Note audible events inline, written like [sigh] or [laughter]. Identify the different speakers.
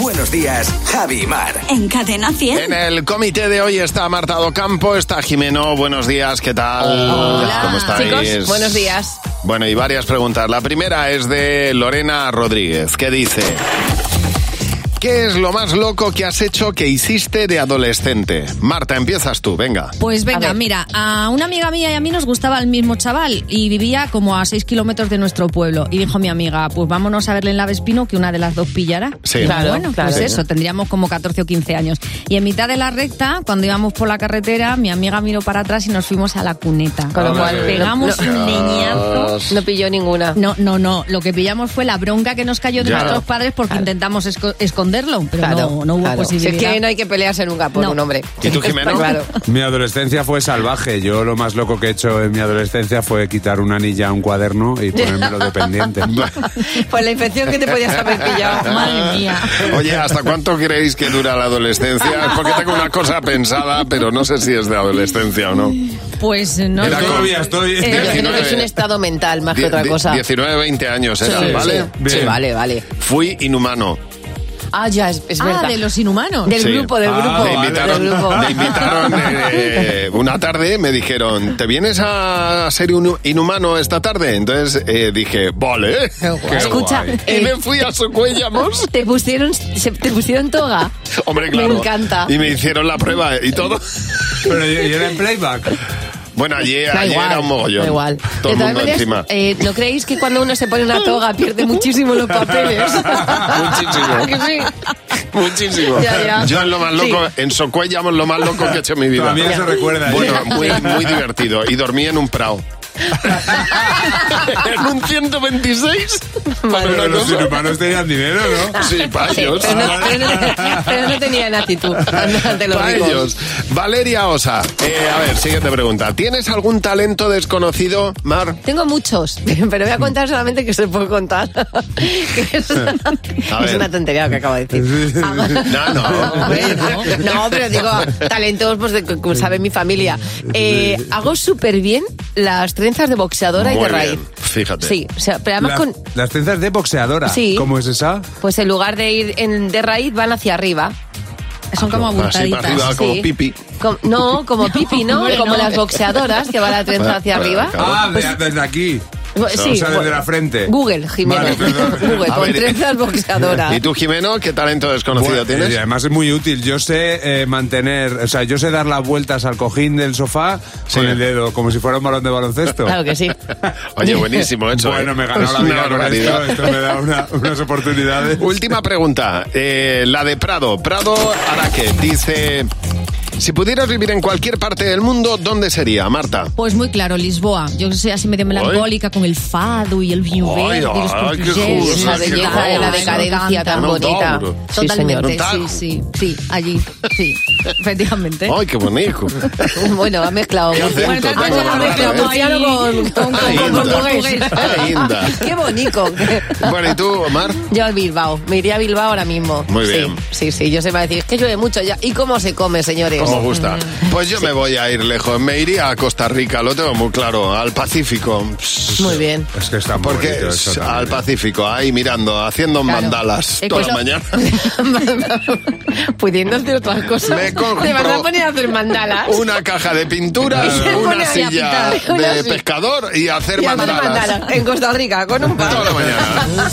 Speaker 1: Buenos días, Javi Mar.
Speaker 2: En Cadena 100.
Speaker 3: En el comité de hoy está Marta Docampo, está Jimeno. Buenos días, ¿qué tal?
Speaker 4: Hola.
Speaker 3: ¿Cómo estáis?
Speaker 4: Chicos, buenos días.
Speaker 3: Bueno, y varias preguntas. La primera es de Lorena Rodríguez, que dice... ¿Qué es lo más loco que has hecho que hiciste de adolescente? Marta, empiezas tú, venga.
Speaker 4: Pues venga, mira, a una amiga mía y a mí nos gustaba el mismo chaval y vivía como a 6 kilómetros de nuestro pueblo. Y dijo mi amiga, pues vámonos a verle en la Vespino que una de las dos pillará.
Speaker 3: Sí.
Speaker 4: Y
Speaker 3: Claro,
Speaker 4: bueno,
Speaker 3: claro.
Speaker 4: pues eso, tendríamos como 14 o 15 años. Y en mitad de la recta, cuando íbamos por la carretera, mi amiga miró para atrás y nos fuimos a la cuneta.
Speaker 3: Con lo cual,
Speaker 4: pegamos
Speaker 3: lo-
Speaker 4: un leñazo.
Speaker 5: No pilló ninguna.
Speaker 4: No, no, no. Lo que pillamos fue la bronca que nos cayó de
Speaker 3: Ya.
Speaker 4: nuestros padres porque intentamos esco- esconderlo, pero no, no hubo
Speaker 5: claro. Si
Speaker 4: posibilidad.
Speaker 5: es que no hay que pelearse nunca por
Speaker 4: No.
Speaker 5: un hombre.
Speaker 3: ¿Y tú, Jimeno?
Speaker 5: Claro.
Speaker 6: Mi adolescencia fue salvaje. Yo lo más loco que he hecho en mi adolescencia fue quitar una anilla a un cuaderno y ponérmelo de pendiente.
Speaker 3: [laughs]
Speaker 5: Pues la infección que te podías haber pillado.
Speaker 4: Madre mía.
Speaker 3: Oye, ¿hasta cuánto creéis que dura la adolescencia? Es porque tengo una cosa pensada, pero no sé si es de adolescencia o no.
Speaker 4: Pues no.
Speaker 3: Era
Speaker 4: sé.
Speaker 3: como-
Speaker 6: Todavía estoy.
Speaker 5: Yo creo que eh, es
Speaker 3: 19.
Speaker 5: un estado mental más que
Speaker 3: Die-
Speaker 5: otra
Speaker 3: die-
Speaker 5: cosa.
Speaker 3: 19, 20 años
Speaker 5: Sí,
Speaker 3: era,
Speaker 5: sí,
Speaker 3: ¿vale?
Speaker 5: sí. Sí,
Speaker 6: Bien.
Speaker 5: vale, vale.
Speaker 3: Fui inhumano.
Speaker 5: Ah, ya, es, es
Speaker 4: Ah,
Speaker 5: verdad.
Speaker 4: de los inhumanos.
Speaker 5: Del
Speaker 3: Sí.
Speaker 5: grupo, del
Speaker 6: Ah,
Speaker 5: grupo.
Speaker 3: me
Speaker 6: vale.
Speaker 3: invitaron,
Speaker 5: del grupo.
Speaker 3: me invitaron, eh, una tarde, me dijeron, ¿te vienes a ser un inhumano esta tarde? Entonces eh, dije,
Speaker 5: [laughs]
Speaker 3: vale.
Speaker 5: Escucha,
Speaker 3: Y
Speaker 5: eh,
Speaker 3: me fui a su
Speaker 5: [laughs]
Speaker 3: cuellamos.
Speaker 5: te pusieron, se- te
Speaker 3: [laughs]
Speaker 5: pusieron toga.
Speaker 3: Hombre, claro.
Speaker 5: Me encanta.
Speaker 3: Y me hicieron la prueba y todo.
Speaker 6: [laughs] Pero yo, yo era en playback.
Speaker 3: Bueno, allí,
Speaker 5: Da
Speaker 3: allí
Speaker 5: igual,
Speaker 3: era un mogollón.
Speaker 5: da igual.
Speaker 3: Todo
Speaker 5: De
Speaker 3: el
Speaker 5: todas
Speaker 3: mundo
Speaker 5: maneras,
Speaker 3: encima.
Speaker 5: eh, ¿No creéis que cuando uno se pone una toga pierde muchísimo los papeles?
Speaker 3: [laughs] Muchísimo.
Speaker 5: ¿A que sí?
Speaker 3: Muchísimo.
Speaker 5: [laughs] Ya, ya.
Speaker 3: Yo es lo más loco, en Socuellamos lo más loco que he hecho en mi vida.
Speaker 6: Todavía se recuerda. ¿eh? [laughs]
Speaker 3: Bueno, muy, muy divertido. Y dormí en un
Speaker 5: [laughs]
Speaker 3: prao. en un 126. Para
Speaker 6: Pero
Speaker 3: una
Speaker 6: los
Speaker 3: cosa.
Speaker 6: inhumanos tenían dinero, ¿no?
Speaker 3: Sí, para
Speaker 5: Sí,
Speaker 3: ellos.
Speaker 5: pero, no, pero no- pero no tenían actitud. anda, Te lo
Speaker 3: Pa'
Speaker 5: digo.
Speaker 3: ellos. Valeria Osa. Eh, a ver, siguiente pregunta. ¿Tienes algún talento desconocido, Mar?
Speaker 5: Tengo muchos, [laughs] pero voy a contar solamente que se puede contar. [laughs] Que
Speaker 3: [laughs]
Speaker 5: es,
Speaker 3: A
Speaker 5: es
Speaker 3: ver.
Speaker 5: una tontería lo que acabo de decir.
Speaker 3: No, [laughs] no.
Speaker 5: Hombre, no. No, pero digo, talentos, pues de- como sabe mi familia. Eh, hago súper bien las trenzas de boxeadora y
Speaker 3: Muy
Speaker 5: de raíz.
Speaker 3: bien, fíjate.
Speaker 5: Sí, o sea, pero además
Speaker 6: Las-
Speaker 5: con.
Speaker 6: Las trenzas de boxeadora.
Speaker 5: Sí.
Speaker 6: ¿Cómo es esa?
Speaker 5: Pues en lugar de ir en, de raíz, van hacia arriba.
Speaker 4: Son como
Speaker 3: Así para
Speaker 4: abultaditas.
Speaker 3: arriba, como
Speaker 5: Sí.
Speaker 3: pipi.
Speaker 5: Com- no, como Pipi, ¿no?
Speaker 4: Hombre,
Speaker 5: como
Speaker 4: no.
Speaker 5: las boxeadoras que va la trenza hacia
Speaker 3: Bueno,
Speaker 5: arriba.
Speaker 3: claro.
Speaker 6: Ah, de- desde aquí.
Speaker 5: Pues Sí,
Speaker 6: o sea, desde
Speaker 5: bueno.
Speaker 6: la frente.
Speaker 5: Google, Jimeno.
Speaker 6: Vale, perdón.
Speaker 5: [laughs] Google,
Speaker 3: A
Speaker 5: con
Speaker 3: ver,
Speaker 5: trenzas boxeadoras.
Speaker 3: ¿Y tú, Jimeno, qué talento desconocido
Speaker 6: Bueno, Y
Speaker 3: tienes?
Speaker 6: además es muy útil. Yo sé eh, mantener, o sea, yo sé dar las vueltas al cojín del sofá
Speaker 3: Sí.
Speaker 6: con el dedo, como si fuera un balón de baloncesto.
Speaker 5: Claro que sí.
Speaker 3: Oye, buenísimo eso.
Speaker 6: bueno,
Speaker 3: ¿eh?
Speaker 6: me ganó
Speaker 3: Es
Speaker 6: la
Speaker 3: una
Speaker 6: vida con esto.
Speaker 3: barbaridad.
Speaker 6: Esto me da una- unas oportunidades.
Speaker 3: Última pregunta, eh, la de Prado. Prado Araque dice, si pudieras vivir en cualquier parte del mundo, ¿dónde sería, Marta?
Speaker 4: Pues muy claro, Lisboa. Yo soy así medio melancólica con el fado y el vino
Speaker 3: Ay,
Speaker 4: verde y los
Speaker 3: ay, qué
Speaker 4: portugueses.
Speaker 3: cosa,
Speaker 5: La
Speaker 3: qué
Speaker 5: belleza de la
Speaker 3: cosa.
Speaker 5: decadencia tan
Speaker 3: Un
Speaker 5: bonita.
Speaker 3: tauro.
Speaker 5: Sí, señor.
Speaker 4: Totalmente, sí, sí, sí, allí, sí,
Speaker 5: ¿Eh?
Speaker 4: efectivamente.
Speaker 3: ¡Ay, qué
Speaker 5: [laughs]
Speaker 3: bonito!
Speaker 5: Bueno, ha mezclado.
Speaker 3: Qué acento
Speaker 5: Bueno,
Speaker 3: tan
Speaker 5: ha mezclado
Speaker 3: raro, ¿eh?
Speaker 5: murciano con, con-
Speaker 3: Ay,
Speaker 5: con
Speaker 3: inda.
Speaker 5: portugués.
Speaker 3: Ay, inda.
Speaker 5: Qué bonito.
Speaker 3: Ah, Bueno, ¿y tú, Omar?
Speaker 5: Yo a Bilbao, me iría a Bilbao ahora mismo.
Speaker 3: Muy
Speaker 5: Sí,
Speaker 3: bien.
Speaker 5: Sí, sí, yo se me va a decir, es que llueve mucho ya. ¿Y cómo se come, señores?
Speaker 3: Como gusta. Pues yo me voy a ir lejos, me iría a Costa Rica, lo tengo muy claro, al Pacífico.
Speaker 5: Muy bien. [laughs]
Speaker 6: Es que está muy
Speaker 3: Porque
Speaker 6: bonito eso también. ¿eh?
Speaker 3: al Pacífico, ahí mirando, haciendo
Speaker 4: Claro.
Speaker 3: mandalas
Speaker 4: Eh,
Speaker 3: toda
Speaker 4: pues
Speaker 3: la
Speaker 4: lo-
Speaker 5: [laughs]
Speaker 3: mañana.
Speaker 5: Pudiendo hacer otras cosas.
Speaker 3: Me compro-
Speaker 5: Te vas a poner a hacer mandalas.
Speaker 3: Una caja de pintura,
Speaker 5: [laughs]
Speaker 6: Y se
Speaker 5: pone
Speaker 3: una
Speaker 5: a
Speaker 3: silla
Speaker 5: pintar. Una
Speaker 3: de
Speaker 5: silla.
Speaker 3: pescador y hacer
Speaker 5: Y hacer
Speaker 3: mandalas.
Speaker 5: mandalas. En Costa Rica, con un pan.
Speaker 3: Toda la mañana.